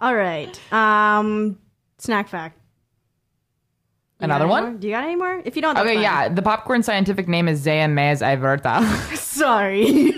All right. Um, snack fact. You Another got any one? more? Do you got any more? If you don't, that's Okay, fine. yeah. The popcorn scientific name is Zea mez iverta. Sorry.